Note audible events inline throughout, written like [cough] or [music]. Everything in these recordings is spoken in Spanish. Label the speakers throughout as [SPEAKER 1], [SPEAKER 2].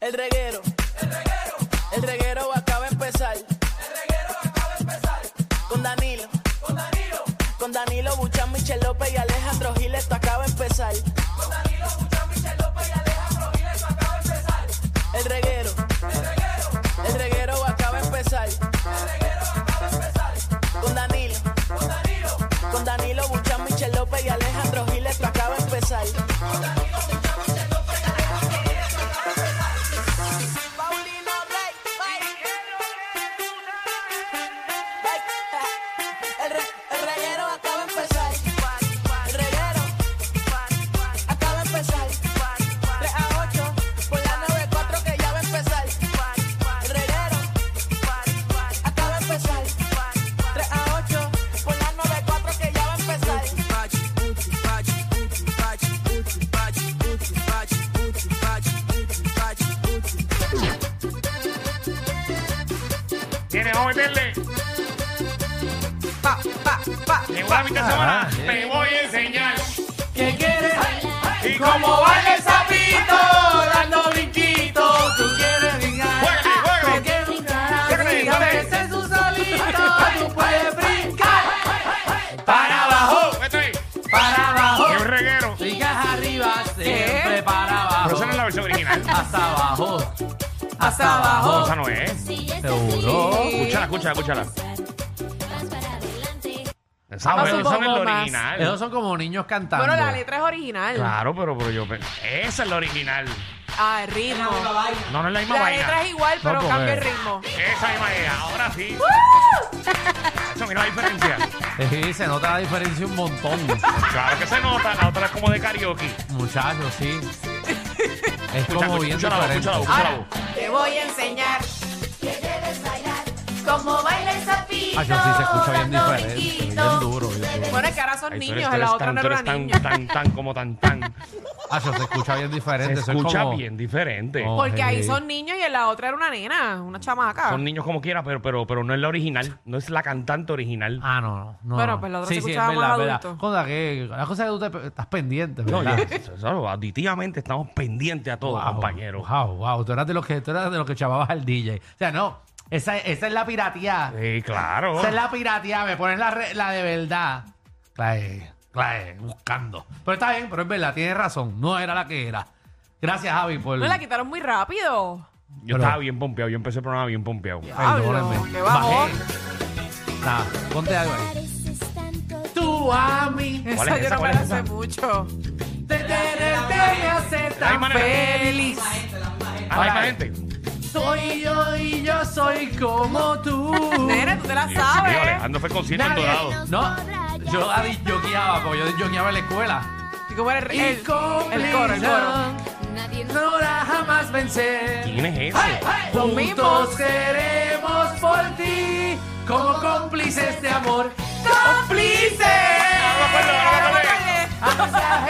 [SPEAKER 1] El reguero. El reguero. El reguero acaba de empezar. El reguero acaba de empezar. Con Danilo. Con Danilo. Con Danilo Buchan, Michel López y Alejandro Gil, esto acaba de empezar. Con Danilo Buchan, Michel López y Alejandro Gil, esto acaba de empezar. El reguero. El reguero. El reguero acaba de empezar. El reguero acaba de empezar. Con Danilo. Con Danilo. Con Danilo Buchan, Michel López y Alejandro Gil, esto acaba de empezar. Paulino Blake, El, re- el reguero acaba de empezar. El reguero acaba de empezar. 3 a 8 por la 94 que ya va a empezar. El reguero acaba de empezar. 3 a 8 por la 94 que ya va a empezar.
[SPEAKER 2] Tiene, vamos a meterle. Llegó la mitad de semana. Te voy a enseñar. ¿Qué quieres? Y cómo baila el sapito. Dando brinquitos. Tú quieres brincar. Ah, Juega, juega. Y aunque estés tú solito, tú puedes brincar. Para abajo. Para abajo.
[SPEAKER 3] un reguero.
[SPEAKER 2] Sigas arriba, siempre para abajo.
[SPEAKER 3] Pero esa no es la versión original.
[SPEAKER 2] Hasta abajo. Hasta abajo.
[SPEAKER 3] No, esa no es. Oh,
[SPEAKER 4] Seguro.
[SPEAKER 3] Escúchala, escúchala, escúchala. Esa
[SPEAKER 2] Ah,
[SPEAKER 3] no
[SPEAKER 4] Vamos
[SPEAKER 3] es
[SPEAKER 4] un
[SPEAKER 3] esa no es la
[SPEAKER 4] poco más.
[SPEAKER 3] original.
[SPEAKER 4] Esos son como niños cantando.
[SPEAKER 5] Bueno, la letra es original.
[SPEAKER 3] Claro, pero, pero yo. pe- Esa es la original.
[SPEAKER 5] Ah, el ritmo.
[SPEAKER 3] No, no es la misma
[SPEAKER 5] La
[SPEAKER 3] vaina.
[SPEAKER 5] letra es igual, pero
[SPEAKER 4] No,
[SPEAKER 5] cambia el
[SPEAKER 4] pues.
[SPEAKER 5] ritmo.
[SPEAKER 3] Esa misma es. Ahora sí. [laughs] Eso, mira la diferencia.
[SPEAKER 4] Sí, se nota la diferencia
[SPEAKER 2] [laughs]
[SPEAKER 4] un montón.
[SPEAKER 3] Claro que se nota. La otra es como de karaoke.
[SPEAKER 4] Muchachos, sí. Es
[SPEAKER 3] Escucha,
[SPEAKER 4] como bien
[SPEAKER 3] escucha la voz, escucha
[SPEAKER 4] diferente.
[SPEAKER 3] la voz, escucha la voz.
[SPEAKER 5] Te voy a enseñar.
[SPEAKER 4] Ah, yo sí se escucha bien diferente. Bien duro, bien duro.
[SPEAKER 5] Bueno, es que ahora son
[SPEAKER 3] Ay, tú eres-
[SPEAKER 5] niños,
[SPEAKER 3] tú
[SPEAKER 5] en la
[SPEAKER 3] eres
[SPEAKER 5] otra
[SPEAKER 3] tan-
[SPEAKER 5] no
[SPEAKER 3] tú
[SPEAKER 5] era
[SPEAKER 3] eres tan,
[SPEAKER 5] niños.
[SPEAKER 3] Tan, tan, como tan,
[SPEAKER 4] [laughs]
[SPEAKER 3] tan.
[SPEAKER 4] Ah, yo se escucha bien
[SPEAKER 3] Se
[SPEAKER 4] diferente. Eso es
[SPEAKER 3] escucha
[SPEAKER 4] como-
[SPEAKER 3] bien diferente.
[SPEAKER 4] Oh.
[SPEAKER 5] Porque ahí
[SPEAKER 4] Ok.
[SPEAKER 5] son niños y en la otra era una nena, una chamaca.
[SPEAKER 3] Son niños como quiera, pero, pero, pero no es la original. No es la cantante original.
[SPEAKER 4] Ah, no, no. no.
[SPEAKER 5] Bueno, pues la otra
[SPEAKER 4] sí,
[SPEAKER 5] se
[SPEAKER 4] sí, es
[SPEAKER 5] escuchaba
[SPEAKER 4] verdad,
[SPEAKER 5] más
[SPEAKER 4] verdad.
[SPEAKER 5] adulto.
[SPEAKER 4] Cosa que, la cosa que tú te, estás pendiente,
[SPEAKER 3] No,
[SPEAKER 4] ¿verdad?
[SPEAKER 3] ya, eso- eso, auditivamente estamos pendientes a todo,
[SPEAKER 4] Wow,
[SPEAKER 3] compañero.
[SPEAKER 4] Ah, Wow, wow. Tú eras de los que, tú eras de los que chavabas al DJ. O sea, no. Esa, esa es la pirateada.
[SPEAKER 3] Sí, claro.
[SPEAKER 4] Esa es la pirateada, me pones la, re- la de verdad. La de, la de buscando. Pero está bien, pero es verdad, tienes razón. No era la que era. Gracias, Javi, por.
[SPEAKER 5] No la quitaron muy rápido.
[SPEAKER 3] Yo
[SPEAKER 4] Pero-
[SPEAKER 3] estaba bien pompeado, yo empecé el programa bien pompeado.
[SPEAKER 4] Perdónenme.
[SPEAKER 5] Diablo, qué bajón.
[SPEAKER 4] Bajé. Nada, ponte algo ahí. Tú a mí.
[SPEAKER 3] ¿Cuál
[SPEAKER 5] Esa
[SPEAKER 3] es
[SPEAKER 5] yo
[SPEAKER 3] esa?
[SPEAKER 5] no me
[SPEAKER 3] ¿Cuál
[SPEAKER 5] la
[SPEAKER 3] es
[SPEAKER 5] sé
[SPEAKER 3] esa?
[SPEAKER 5] mucho. Te tenerte me hace
[SPEAKER 3] Ay,
[SPEAKER 5] tan
[SPEAKER 3] manera.
[SPEAKER 5] feliz.
[SPEAKER 3] Ah, hay más gente.
[SPEAKER 4] Soy yo y yo soy como
[SPEAKER 5] [laughs]
[SPEAKER 4] tú.
[SPEAKER 5] Nena, tú te la
[SPEAKER 3] Sí,
[SPEAKER 5] sabes.
[SPEAKER 3] Alejandro fue al concierto en
[SPEAKER 4] Nadie-
[SPEAKER 3] Dorado.
[SPEAKER 4] No, yo joqueaba, porque yo joqueaba en la escuela.
[SPEAKER 5] ¿Y cómo era el, el, el coro? El coro.
[SPEAKER 4] No la jamás vencer.
[SPEAKER 3] ¿Quién es ese?
[SPEAKER 5] Los mismos.
[SPEAKER 4] seremos por ti como cómplices de amor.
[SPEAKER 5] ¡Cómplices!
[SPEAKER 3] Ah, me acuerdo, ahora me acordé.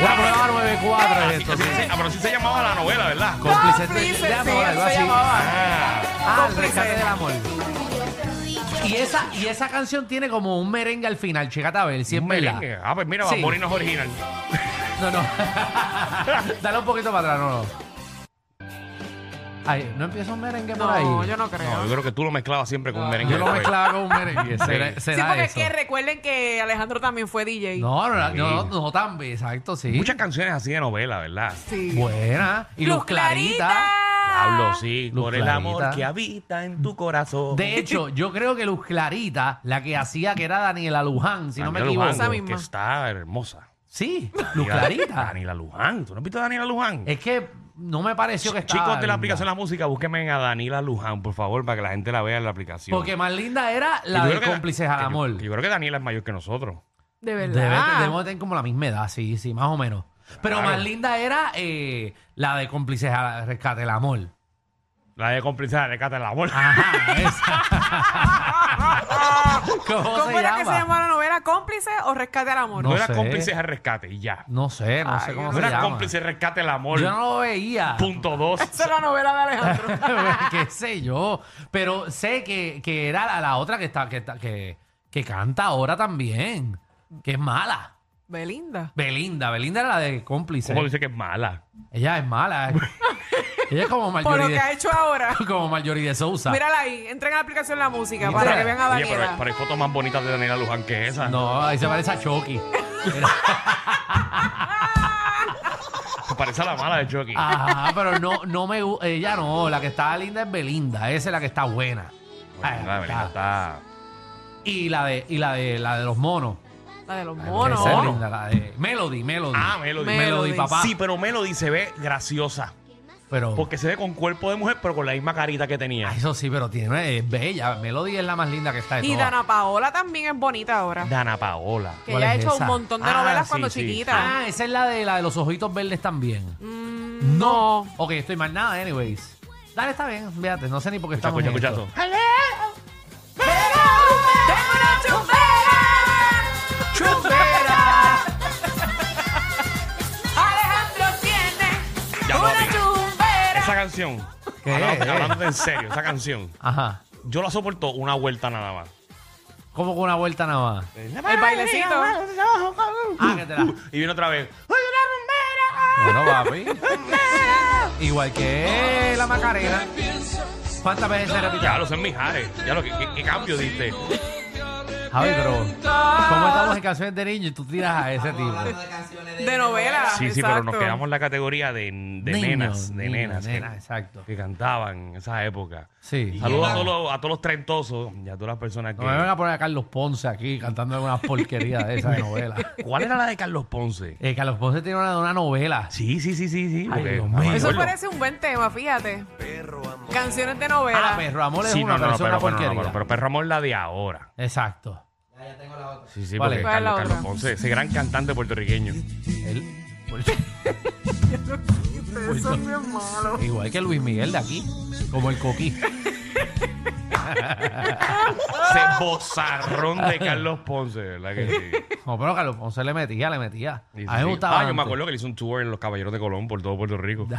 [SPEAKER 4] Una prueba 94 es
[SPEAKER 3] Así
[SPEAKER 4] esto,
[SPEAKER 3] que sí, sí.
[SPEAKER 4] sí.
[SPEAKER 3] Ah, pero sí se llamaba la novela, ¿verdad?
[SPEAKER 4] Cómplices
[SPEAKER 5] Cómplices,
[SPEAKER 4] de, de amor,
[SPEAKER 5] sí,
[SPEAKER 4] algo
[SPEAKER 5] se
[SPEAKER 4] así.
[SPEAKER 5] llamaba.
[SPEAKER 3] Ah,
[SPEAKER 4] Ah, el rescate del amor. Y esa, y esa canción tiene como un merengue al final, chécate a ver, si es
[SPEAKER 3] un
[SPEAKER 4] verdad.
[SPEAKER 3] merengue. Ah, pues mira,
[SPEAKER 4] Sí.
[SPEAKER 3] Bamboni no es original.
[SPEAKER 4] No, no. Dale un poquito para atrás, no, no. Ay, ¿no empieza un merengue por ahí?
[SPEAKER 5] No, yo no creo.
[SPEAKER 3] No, yo creo que tú lo mezclabas siempre con
[SPEAKER 5] No.
[SPEAKER 3] merengue.
[SPEAKER 4] Ah,
[SPEAKER 3] pues.
[SPEAKER 4] Yo lo
[SPEAKER 3] después.
[SPEAKER 4] mezclaba con un merengue. ¿Será,
[SPEAKER 3] Sí,
[SPEAKER 5] Sí,
[SPEAKER 4] será
[SPEAKER 5] porque es
[SPEAKER 4] eso?
[SPEAKER 5] que recuerden que Alejandro también fue DJ.
[SPEAKER 4] No, no, no,
[SPEAKER 3] Sí.
[SPEAKER 4] no, no tan bien, exacto, sí.
[SPEAKER 3] Muchas canciones así de novela, ¿verdad?
[SPEAKER 5] Sí.
[SPEAKER 4] Buena. Y Luz Clarita.
[SPEAKER 3] Hablo, sí.
[SPEAKER 4] Luz
[SPEAKER 3] por
[SPEAKER 4] Clarita.
[SPEAKER 3] el amor que habita en tu corazón.
[SPEAKER 4] De hecho, yo creo que Luz Clarita, la que hacía que era Daniela Luján, si no me
[SPEAKER 3] Daniela
[SPEAKER 4] equivoco.
[SPEAKER 3] Luján,
[SPEAKER 5] Esa misma.
[SPEAKER 3] Que está hermosa.
[SPEAKER 4] Sí, Luz Clarita.
[SPEAKER 3] Daniela Luján. ¿Tú no has visto a Daniela Luján?
[SPEAKER 4] es que no me pareció que estaba.
[SPEAKER 3] Chicos de la
[SPEAKER 4] linda.
[SPEAKER 3] aplicación de la música, búsquenme a Daniela Luján, por favor, para que la gente la vea en la aplicación.
[SPEAKER 4] Porque más linda era
[SPEAKER 3] Y
[SPEAKER 4] la
[SPEAKER 3] yo
[SPEAKER 4] de
[SPEAKER 3] creo que-
[SPEAKER 4] cómplices al
[SPEAKER 3] que yo-
[SPEAKER 4] amor.
[SPEAKER 3] que Yo, creo que Daniela es mayor que nosotros.
[SPEAKER 5] De
[SPEAKER 4] Debe-
[SPEAKER 5] verdad.
[SPEAKER 4] debemos tener como la misma edad, sí, sí, más o menos. Pero
[SPEAKER 3] Claro.
[SPEAKER 4] más linda era eh, la de cómplices al rescate,
[SPEAKER 3] [laughs]
[SPEAKER 4] el amor.
[SPEAKER 3] La de complicidad de Cata de la
[SPEAKER 4] Ah,
[SPEAKER 3] Bola.
[SPEAKER 4] Ajá, esa. ¿Cómo,
[SPEAKER 5] ¿Cómo
[SPEAKER 4] se
[SPEAKER 5] era
[SPEAKER 4] llama?
[SPEAKER 5] que se lllama la novela? ¿Cómplice o Rescate al Amor?
[SPEAKER 3] No,
[SPEAKER 4] No
[SPEAKER 3] era
[SPEAKER 4] sé.
[SPEAKER 3] cómplices al rescate y ya.
[SPEAKER 4] No sé, no
[SPEAKER 5] Ay,
[SPEAKER 4] sé
[SPEAKER 5] yo
[SPEAKER 4] cómo
[SPEAKER 3] No
[SPEAKER 4] se
[SPEAKER 3] era
[SPEAKER 4] llama.
[SPEAKER 3] cómplices rescate al amor.
[SPEAKER 4] Yo no lo veía.
[SPEAKER 3] Punto dos.
[SPEAKER 5] Esa es la novela de Alejandro.
[SPEAKER 4] [laughs] qué sé yo. Pero sé que, que era la, la otra que está, que está- que, que canta ahora también. Que es mala.
[SPEAKER 5] Belinda.
[SPEAKER 4] Belinda, Belinda era la de cómplice.
[SPEAKER 3] ¿Cómo dice que es mala?
[SPEAKER 4] Ella es mala.
[SPEAKER 5] [laughs]
[SPEAKER 4] eh. Ella es como
[SPEAKER 5] Por lo
[SPEAKER 4] Marjorie
[SPEAKER 5] que ha
[SPEAKER 4] de,
[SPEAKER 5] hecho
[SPEAKER 4] [laughs]
[SPEAKER 5] ahora.
[SPEAKER 4] como Marjorie de Sousa.
[SPEAKER 5] Mírala ahí. Entren a la aplicación La Música
[SPEAKER 4] Mira.
[SPEAKER 5] para que vean a
[SPEAKER 3] Oye, pero,
[SPEAKER 5] Daniela.
[SPEAKER 3] pero hay fotos más bonitas de Daniela Luján que esa.
[SPEAKER 4] No, ahí se parece a Chucky.
[SPEAKER 3] [laughs] Parece a la mala de Chucky.
[SPEAKER 4] Ah, Ajá, pero no, no me gu- Ella no, la que está linda es Belinda. Esa es la que está buena.
[SPEAKER 3] Bueno,
[SPEAKER 4] Ay,
[SPEAKER 3] la Belinda está.
[SPEAKER 4] Y la de, y la de la de los monos.
[SPEAKER 5] La de los
[SPEAKER 4] Esa es
[SPEAKER 5] monos.
[SPEAKER 4] linda, la de Melody, Melody.
[SPEAKER 3] Ah, Melody.
[SPEAKER 5] Melody.
[SPEAKER 4] papá.
[SPEAKER 3] Sí, pero Melody se ve graciosa.
[SPEAKER 4] pero
[SPEAKER 3] Porque se ve con cuerpo de mujer, pero con la misma carita que tenía.
[SPEAKER 4] Ah, eso sí, pero tiene, es bella. Melody es la más linda que está de
[SPEAKER 5] Y
[SPEAKER 4] todas.
[SPEAKER 5] Dana Paola también es bonita ahora.
[SPEAKER 3] Dana Paola.
[SPEAKER 5] Que
[SPEAKER 4] ¿Cuál
[SPEAKER 5] ella ha
[SPEAKER 4] es
[SPEAKER 5] hecho
[SPEAKER 4] esa?
[SPEAKER 5] un montón de
[SPEAKER 3] Ah,
[SPEAKER 5] novelas
[SPEAKER 3] sí,
[SPEAKER 5] cuando
[SPEAKER 3] sí.
[SPEAKER 5] chiquita.
[SPEAKER 4] Ah, esa es la de la de los ojitos verdes también.
[SPEAKER 5] Mm, no.
[SPEAKER 4] Ok, estoy mal nada, anyways. Dale, está bien, fíjate, no sé ni por qué
[SPEAKER 3] Escucha,
[SPEAKER 4] estamos
[SPEAKER 3] escucha,
[SPEAKER 4] en
[SPEAKER 3] escucha
[SPEAKER 4] esto.
[SPEAKER 3] eso.
[SPEAKER 5] ¡Tengo una chufera! ¡Chufera! Alejandro tiene
[SPEAKER 3] Ya,
[SPEAKER 5] una
[SPEAKER 3] papi. Esa
[SPEAKER 5] chufera.
[SPEAKER 3] canción.
[SPEAKER 4] ¿Qué?
[SPEAKER 3] Hablándote, hablándote en serio, esa canción.
[SPEAKER 4] Ajá.
[SPEAKER 3] Yo la soporto una vuelta nada más.
[SPEAKER 4] Como con una vuelta nada más.
[SPEAKER 5] El bailecito.
[SPEAKER 4] Ah, que
[SPEAKER 3] [laughs]
[SPEAKER 4] te la.
[SPEAKER 3] Y viene otra vez.
[SPEAKER 4] Bueno, papi. Igual que la Macarena. ¿Cuántas veces se repite?
[SPEAKER 3] Ya lo sé, Mijares. Ya lo que qué- qué cambio diste.
[SPEAKER 4] Javi, pero. ¿Cómo estamos en canciones de niño y tú tiras a ese tipo?
[SPEAKER 5] De novela.
[SPEAKER 3] Sí, sí,
[SPEAKER 5] exacto.
[SPEAKER 3] pero nos quedamos en la categoría de, de
[SPEAKER 4] Niño,
[SPEAKER 3] nenas, de
[SPEAKER 4] niño,
[SPEAKER 3] nenas que-
[SPEAKER 4] nena, exacto.
[SPEAKER 3] que, cantaban en esa época.
[SPEAKER 4] Sí.
[SPEAKER 3] Saludos a todos, los, a todos los trentosos y a todas las personas
[SPEAKER 4] No me van
[SPEAKER 3] que...
[SPEAKER 4] a poner a Carlos Ponce aquí cantando algunas porquerías de esa de novela.
[SPEAKER 3] ¿Cuál era la de Carlos Ponce?
[SPEAKER 4] Eh, Carlos Ponce tiene una, una novela.
[SPEAKER 3] Sí, sí, sí, sí, sí.
[SPEAKER 4] Ay,
[SPEAKER 3] porque-
[SPEAKER 4] Dios
[SPEAKER 3] no me
[SPEAKER 4] mío.
[SPEAKER 5] Eso
[SPEAKER 3] acuerdo.
[SPEAKER 5] parece un buen tema, fíjate. Canciones de novela.
[SPEAKER 4] Ah, Perro Amor es
[SPEAKER 3] Sí,
[SPEAKER 4] una
[SPEAKER 3] no, no, no,
[SPEAKER 4] persona
[SPEAKER 3] pero, pero, no,
[SPEAKER 4] porquería.
[SPEAKER 3] pero, pero Perro Amor es la de ahora.
[SPEAKER 4] Exacto.
[SPEAKER 3] Sí, sí,
[SPEAKER 4] ¿Cuál
[SPEAKER 3] porque
[SPEAKER 4] es?
[SPEAKER 5] ¿Cuál es la
[SPEAKER 3] Carlos, Carlos
[SPEAKER 5] otra?
[SPEAKER 3] Ponce, ese gran cantante puertorriqueño.
[SPEAKER 4] Él, igual que Luis Miguel de aquí, como el coquí.
[SPEAKER 3] [laughs] Ese bozarrón de Carlos Ponce, ¿verdad que sí?
[SPEAKER 4] No, pero Carlos Ponce le metía, le metía.
[SPEAKER 3] Sí, sí,
[SPEAKER 4] a mí
[SPEAKER 3] sí.
[SPEAKER 4] me gustaba.
[SPEAKER 3] Ah, yo me
[SPEAKER 4] antes.
[SPEAKER 3] acuerdo que le hizo un tour en Los Caballeros de Colón por todo Puerto Rico.
[SPEAKER 4] [laughs]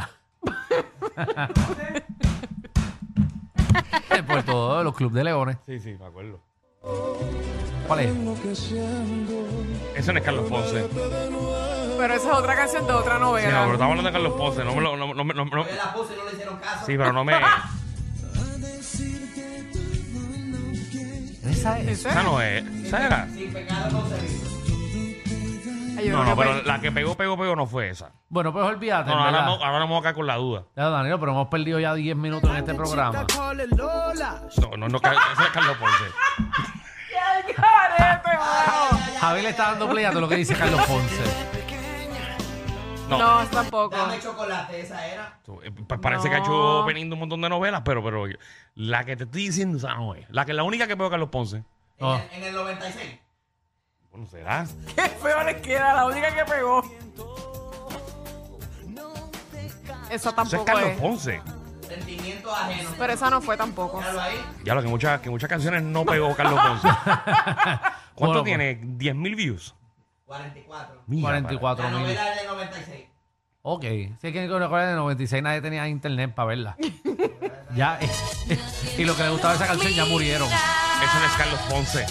[SPEAKER 4] Por todos los clubes de leones.
[SPEAKER 3] Sí, sí, me acuerdo.
[SPEAKER 4] ¿Cuál es?
[SPEAKER 3] Ese no es Carlos Ponce.
[SPEAKER 5] Pero esa es otra canción de otra
[SPEAKER 3] Sí, no, pero
[SPEAKER 5] novela.
[SPEAKER 3] estamos hablando de Carlos Ponce. No me lo. No, no, no, no, Sí, pero no me.
[SPEAKER 4] Esa es.
[SPEAKER 3] Esa no es. ¿Esa era?
[SPEAKER 5] Ay,
[SPEAKER 3] No,
[SPEAKER 5] yo creo
[SPEAKER 3] no,
[SPEAKER 5] que
[SPEAKER 3] pero la que pegó, pegó, pegó no fue esa.
[SPEAKER 4] Bueno, pues olvídate.
[SPEAKER 3] No, no, ahora,
[SPEAKER 4] ¿verdad?
[SPEAKER 3] vamos- ahora vamos a caer con la duda.
[SPEAKER 4] Ya, Danilo, pero hemos perdido ya 10 minutos en este programa.
[SPEAKER 3] No, no, no, Car- ese es Carlos Ponce.
[SPEAKER 5] ¡Qué carete, mano!
[SPEAKER 4] Javi le está dando play a todo lo que dice Carlos Ponce.
[SPEAKER 3] No.
[SPEAKER 5] No, tampoco.
[SPEAKER 4] Ah.
[SPEAKER 3] Tú, eh, pa- Parece que ha hecho opening de un montón de novelas, pero, pero la que te estoy diciendo, esa no es. La, que, la única que pegó Carlos Ponce.
[SPEAKER 4] No.
[SPEAKER 3] Bueno, será.
[SPEAKER 5] Qué feo les queda, la única que pegó. Esa
[SPEAKER 3] Ese es
[SPEAKER 5] tampoco
[SPEAKER 3] Carlos
[SPEAKER 5] es.
[SPEAKER 3] Ponce.
[SPEAKER 5] Pero esa no fue tampoco.
[SPEAKER 3] Ya lo que muchas, que muchas canciones no pegó Carlos Ponce.
[SPEAKER 4] Bueno,
[SPEAKER 3] ¿Cuánto
[SPEAKER 4] pues.
[SPEAKER 3] tiene? ¿10 mil views?
[SPEAKER 6] 44.
[SPEAKER 3] Mira,
[SPEAKER 4] 44 mil.
[SPEAKER 6] Novela de 96.
[SPEAKER 4] Ok, si hay que recordar en el 96 nadie tenía internet para verla. ya, [laughs] eh, y lo que le gustaba de esa canción ya murieron.
[SPEAKER 3] para- Ese no es Carlos Ponce.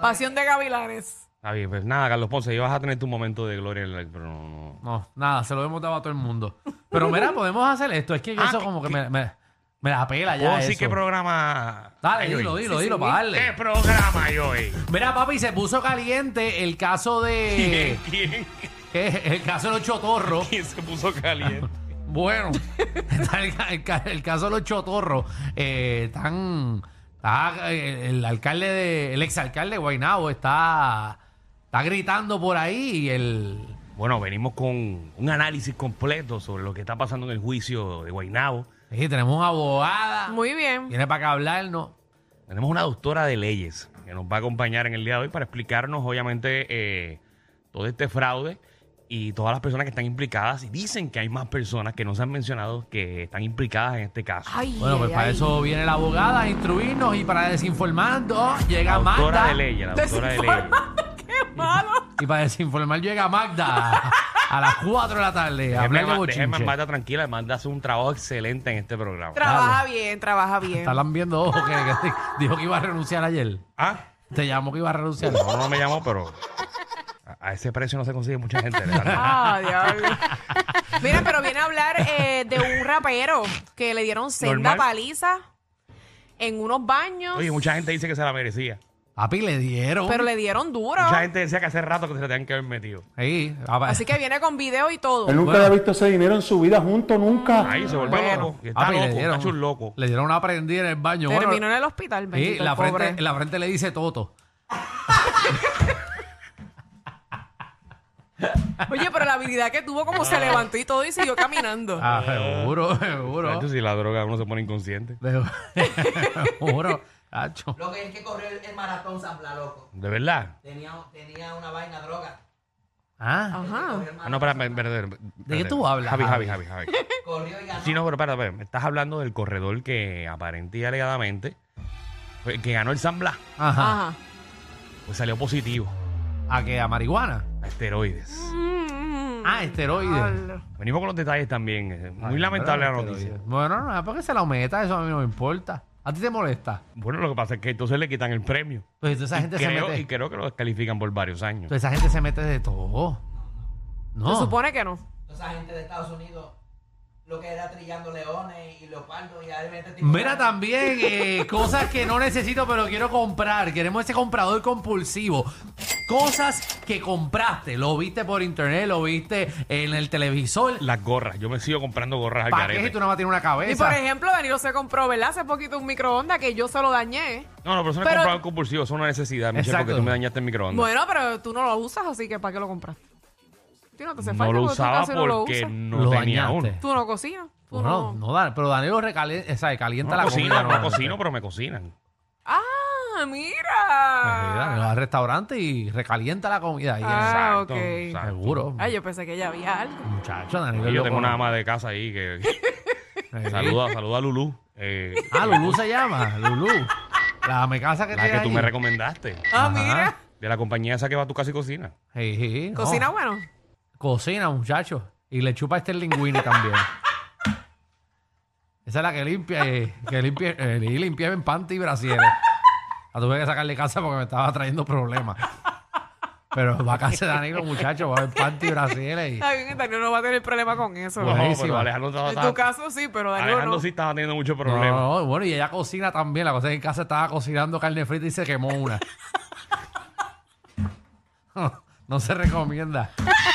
[SPEAKER 5] Pasión de Gavilanes.
[SPEAKER 3] Está bien, pues nada, Carlos Ponce, ibas a tener tu momento de gloria, en el- pero no. no.
[SPEAKER 4] No, nada, se lo hemos dado a todo el mundo.
[SPEAKER 3] [laughs]
[SPEAKER 4] Pero mira, podemos hacer esto. Es que yo
[SPEAKER 3] Ah,
[SPEAKER 4] eso
[SPEAKER 3] que-
[SPEAKER 4] como que me, me, me la pela
[SPEAKER 3] ¿Puedo
[SPEAKER 4] Ah, ya.
[SPEAKER 3] decir Oh,
[SPEAKER 4] eso.
[SPEAKER 3] qué programa?
[SPEAKER 4] Dale,
[SPEAKER 3] hay
[SPEAKER 4] dilo,
[SPEAKER 3] hoy?
[SPEAKER 4] dilo, dilo, para
[SPEAKER 3] ¿Qué
[SPEAKER 4] darle.
[SPEAKER 3] programa hay
[SPEAKER 4] [laughs]
[SPEAKER 3] hoy?
[SPEAKER 4] Mira, papi, se puso caliente el caso
[SPEAKER 3] [laughs]
[SPEAKER 4] de. eh,
[SPEAKER 3] ¿Quién,
[SPEAKER 4] el caso de los chotorros.
[SPEAKER 3] quién se puso
[SPEAKER 4] [laughs]
[SPEAKER 3] caliente? [laughs]
[SPEAKER 4] Bueno, está el, ca- el ca- el caso de los chotorros. Eh, están. está, eh, el alcalde de. El exalcalde de Guaynabo está. Está gritando por ahí y el.
[SPEAKER 3] Bueno, venimos con un análisis completo sobre lo que está pasando en el juicio de Guainabo.
[SPEAKER 4] Sí, tenemos una abogada.
[SPEAKER 5] Muy bien.
[SPEAKER 4] Viene para acá a hablarnos.
[SPEAKER 3] Tenemos una doctora de leyes que nos va a acompañar en el día de hoy para explicarnos, obviamente, eh, todo este fraude y todas las personas que están implicadas. Y dicen que hay más personas que no se han mencionado que están implicadas en este caso.
[SPEAKER 5] Ay,
[SPEAKER 4] Bueno, pues
[SPEAKER 5] ay,
[SPEAKER 4] para
[SPEAKER 5] ay.
[SPEAKER 4] eso viene la abogada a instruirnos y para desinformando llega
[SPEAKER 3] la doctora
[SPEAKER 4] Magda.
[SPEAKER 3] de leyes, la doctora de leyes.
[SPEAKER 5] Qué malo.
[SPEAKER 4] Y para desinformar llega Magda [laughs] a las 4 de la tarde. a
[SPEAKER 3] Déjeme,
[SPEAKER 4] hablar de
[SPEAKER 3] ma- déjeme a
[SPEAKER 4] bochinche.
[SPEAKER 3] Magda tranquila, Magda hace un trabajo excelente en este programa.
[SPEAKER 5] Trabaja bien, trabaja bien.
[SPEAKER 4] Está lambiendo ojo oh, que, que dijo que iba a renunciar ayer.
[SPEAKER 3] ah,
[SPEAKER 4] Te llamó que iba a renunciar.
[SPEAKER 3] no, no me llamó, pero a, a ese precio no se consigue mucha gente. ¿verdad? [laughs]
[SPEAKER 5] Ah, diablo. Mira, pero viene a hablar eh, de un rapero que le dieron senda
[SPEAKER 3] Normal.
[SPEAKER 5] paliza en unos baños,
[SPEAKER 3] Oye, mucha gente dice que se la merecía.
[SPEAKER 4] Papi, le dieron.
[SPEAKER 5] pero le dieron duro.
[SPEAKER 3] Mucha gente decía que hace rato que se la tenían que haber metido.
[SPEAKER 4] Sí, a ver.
[SPEAKER 5] Así que viene con video y todo.
[SPEAKER 7] Él nunca
[SPEAKER 4] Bueno.
[SPEAKER 7] había visto ese dinero en su vida junto, nunca.
[SPEAKER 3] Ahí se vuelve
[SPEAKER 5] Bueno.
[SPEAKER 3] loco. y Está
[SPEAKER 4] Papi,
[SPEAKER 3] loco, está hecho un loco.
[SPEAKER 4] Le dieron una prendida en el baño. Bueno,
[SPEAKER 5] Terminó en el hospital,
[SPEAKER 4] sí,
[SPEAKER 5] bendito,
[SPEAKER 4] la,
[SPEAKER 5] el pobre.
[SPEAKER 4] frente, la frente le dice Toto.
[SPEAKER 5] Oye, pero la habilidad que tuvo como se levantó y todo y siguió caminando.
[SPEAKER 4] Ah, seguro, seguro.
[SPEAKER 3] Chacho, si la droga uno se pone inconsciente.
[SPEAKER 4] [laughs] Seguro. Hacho.
[SPEAKER 6] Lo que es que corrió el, el maratón San Blas, loco.
[SPEAKER 3] De verdad.
[SPEAKER 6] Tenía, tenía una vaina droga.
[SPEAKER 4] Ah,
[SPEAKER 5] Ajá.
[SPEAKER 3] Ah, no, espérate, espérate, espérate.
[SPEAKER 4] ¿De qué tú hablas,
[SPEAKER 3] Javi, Javi,
[SPEAKER 4] Javi?
[SPEAKER 3] Javi, Javi.
[SPEAKER 6] Corrió y ganó.
[SPEAKER 3] Sí, no, pero espérate, espérate. Me Estás hablando del corredor que aparente y alegadamente fue- que ganó el San Blas.
[SPEAKER 4] ajá.
[SPEAKER 5] Ajá.
[SPEAKER 3] Pues salió positivo.
[SPEAKER 4] ¿A qué? ¿A marihuana?
[SPEAKER 3] A esteroides.
[SPEAKER 5] Mm,
[SPEAKER 4] Ah, esteroides.
[SPEAKER 5] diablo.
[SPEAKER 3] Venimos con los detalles también. eh, Muy
[SPEAKER 4] Ay,
[SPEAKER 3] lamentable la
[SPEAKER 4] pero
[SPEAKER 3] noticia.
[SPEAKER 4] esteroides. Bueno, no, es porque se la aumenta, eso a mí no me importa. ¿A ti te molesta?
[SPEAKER 3] Bueno, lo que pasa es que entonces le quitan el premio.
[SPEAKER 4] Pues entonces esa gente se
[SPEAKER 3] Creo,
[SPEAKER 4] mete.
[SPEAKER 3] y creo que lo descalifican por varios años.
[SPEAKER 4] Entonces esa gente se mete de todo. No.
[SPEAKER 5] Se supone que no.
[SPEAKER 6] Esa gente de Estados Unidos, lo que era trillando leones y leopardos y ahí mete tipo-
[SPEAKER 4] Mira también eh, [laughs] cosas que no necesito pero quiero comprar. Queremos ese comprador compulsivo. Cosas que compraste. Lo viste por internet, lo viste en el televisor.
[SPEAKER 3] Las gorras. Yo me sigo comprando gorras al
[SPEAKER 4] ¿Para qué si
[SPEAKER 3] carete.
[SPEAKER 4] tú nada más tienes una
[SPEAKER 5] Y por
[SPEAKER 4] cabeza?
[SPEAKER 5] ejemplo, Danilo se compró, ¿verdad? Hace poquito un microondas que yo se lo dañé.
[SPEAKER 3] No, no, pero eso no es
[SPEAKER 5] Pero-
[SPEAKER 3] comprador compulsivo, eso es una necesidad, Michelle,
[SPEAKER 4] Exacto.
[SPEAKER 3] porque tú me dañaste el microondas.
[SPEAKER 5] Bueno, pero tú no lo usas, así que ¿para qué lo compraste? Tú no te hace
[SPEAKER 3] no
[SPEAKER 5] falta
[SPEAKER 3] lo
[SPEAKER 5] porque tú
[SPEAKER 3] usaba
[SPEAKER 5] casi no lo
[SPEAKER 3] porque
[SPEAKER 5] usas.
[SPEAKER 3] no
[SPEAKER 4] Lo
[SPEAKER 3] tenía
[SPEAKER 4] dañaste.
[SPEAKER 3] uno.
[SPEAKER 5] Tú no cocinas. Tú
[SPEAKER 4] No,
[SPEAKER 5] no.
[SPEAKER 4] no, Dan- pero Danilo recale- o sea,
[SPEAKER 3] No
[SPEAKER 4] calienta la
[SPEAKER 3] cocino,
[SPEAKER 4] comida.
[SPEAKER 3] no
[SPEAKER 4] normalmente.
[SPEAKER 3] cocino, pero me cocinan.
[SPEAKER 5] Ah,
[SPEAKER 4] Sí, Danilo va
[SPEAKER 5] mira.
[SPEAKER 4] al restaurante y recalienta la comida. ahí.
[SPEAKER 5] Ah,
[SPEAKER 3] Exacto,
[SPEAKER 5] ok.
[SPEAKER 3] exacto.
[SPEAKER 4] Seguro.
[SPEAKER 5] Ay, yo pensé que ya había algo.
[SPEAKER 4] Muchacho, Danilo.
[SPEAKER 3] Y
[SPEAKER 4] es
[SPEAKER 3] yo
[SPEAKER 4] loco,
[SPEAKER 3] tengo una
[SPEAKER 4] ¿no?
[SPEAKER 3] ama de casa ahí
[SPEAKER 4] [laughs]
[SPEAKER 3] que
[SPEAKER 4] Sí.
[SPEAKER 3] saluda, saluda a Lulú. eh,
[SPEAKER 4] Ah, Lulú se llama. Lulú. La me casa que
[SPEAKER 3] la
[SPEAKER 4] tiene
[SPEAKER 3] que tú
[SPEAKER 4] allí.
[SPEAKER 3] me recomendaste.
[SPEAKER 5] Ah,
[SPEAKER 4] Ajá.
[SPEAKER 5] mira.
[SPEAKER 3] De la compañía esa que va a tu casa y cocina.
[SPEAKER 4] Sí, sí, no.
[SPEAKER 5] Cocina bueno.
[SPEAKER 4] Cocina, muchachos. Y le chupa este linguini también. Esa es la que limpia, eh, que limpia, eh, y limpia en panty y brasieres. La tuve que sacarle casa porque me estaba trayendo problemas. Pero va a casa de Danilo, muchachos, va a ver panty y brasieres. Y...
[SPEAKER 5] Está bien, que Danilo no va a tener problema con eso.
[SPEAKER 3] No,
[SPEAKER 4] Buenísima.
[SPEAKER 3] pero Alejandro estaba-
[SPEAKER 5] En tu caso sí, pero Danilo
[SPEAKER 3] Alejandro
[SPEAKER 5] no.
[SPEAKER 3] sí estaba teniendo muchos
[SPEAKER 4] No,
[SPEAKER 3] problemas.
[SPEAKER 4] no, no, bueno, y ella cocina también. La cosa es que en casa estaba cocinando carne frita y se quemó una. [laughs] no se recomienda.
[SPEAKER 3] [laughs]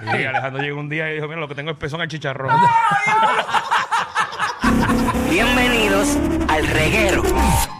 [SPEAKER 3] Y Alejandro llegó un día y dijo, mira, lo que tengo es pezón al chicharrón.
[SPEAKER 8] Bienvenidos al reguero.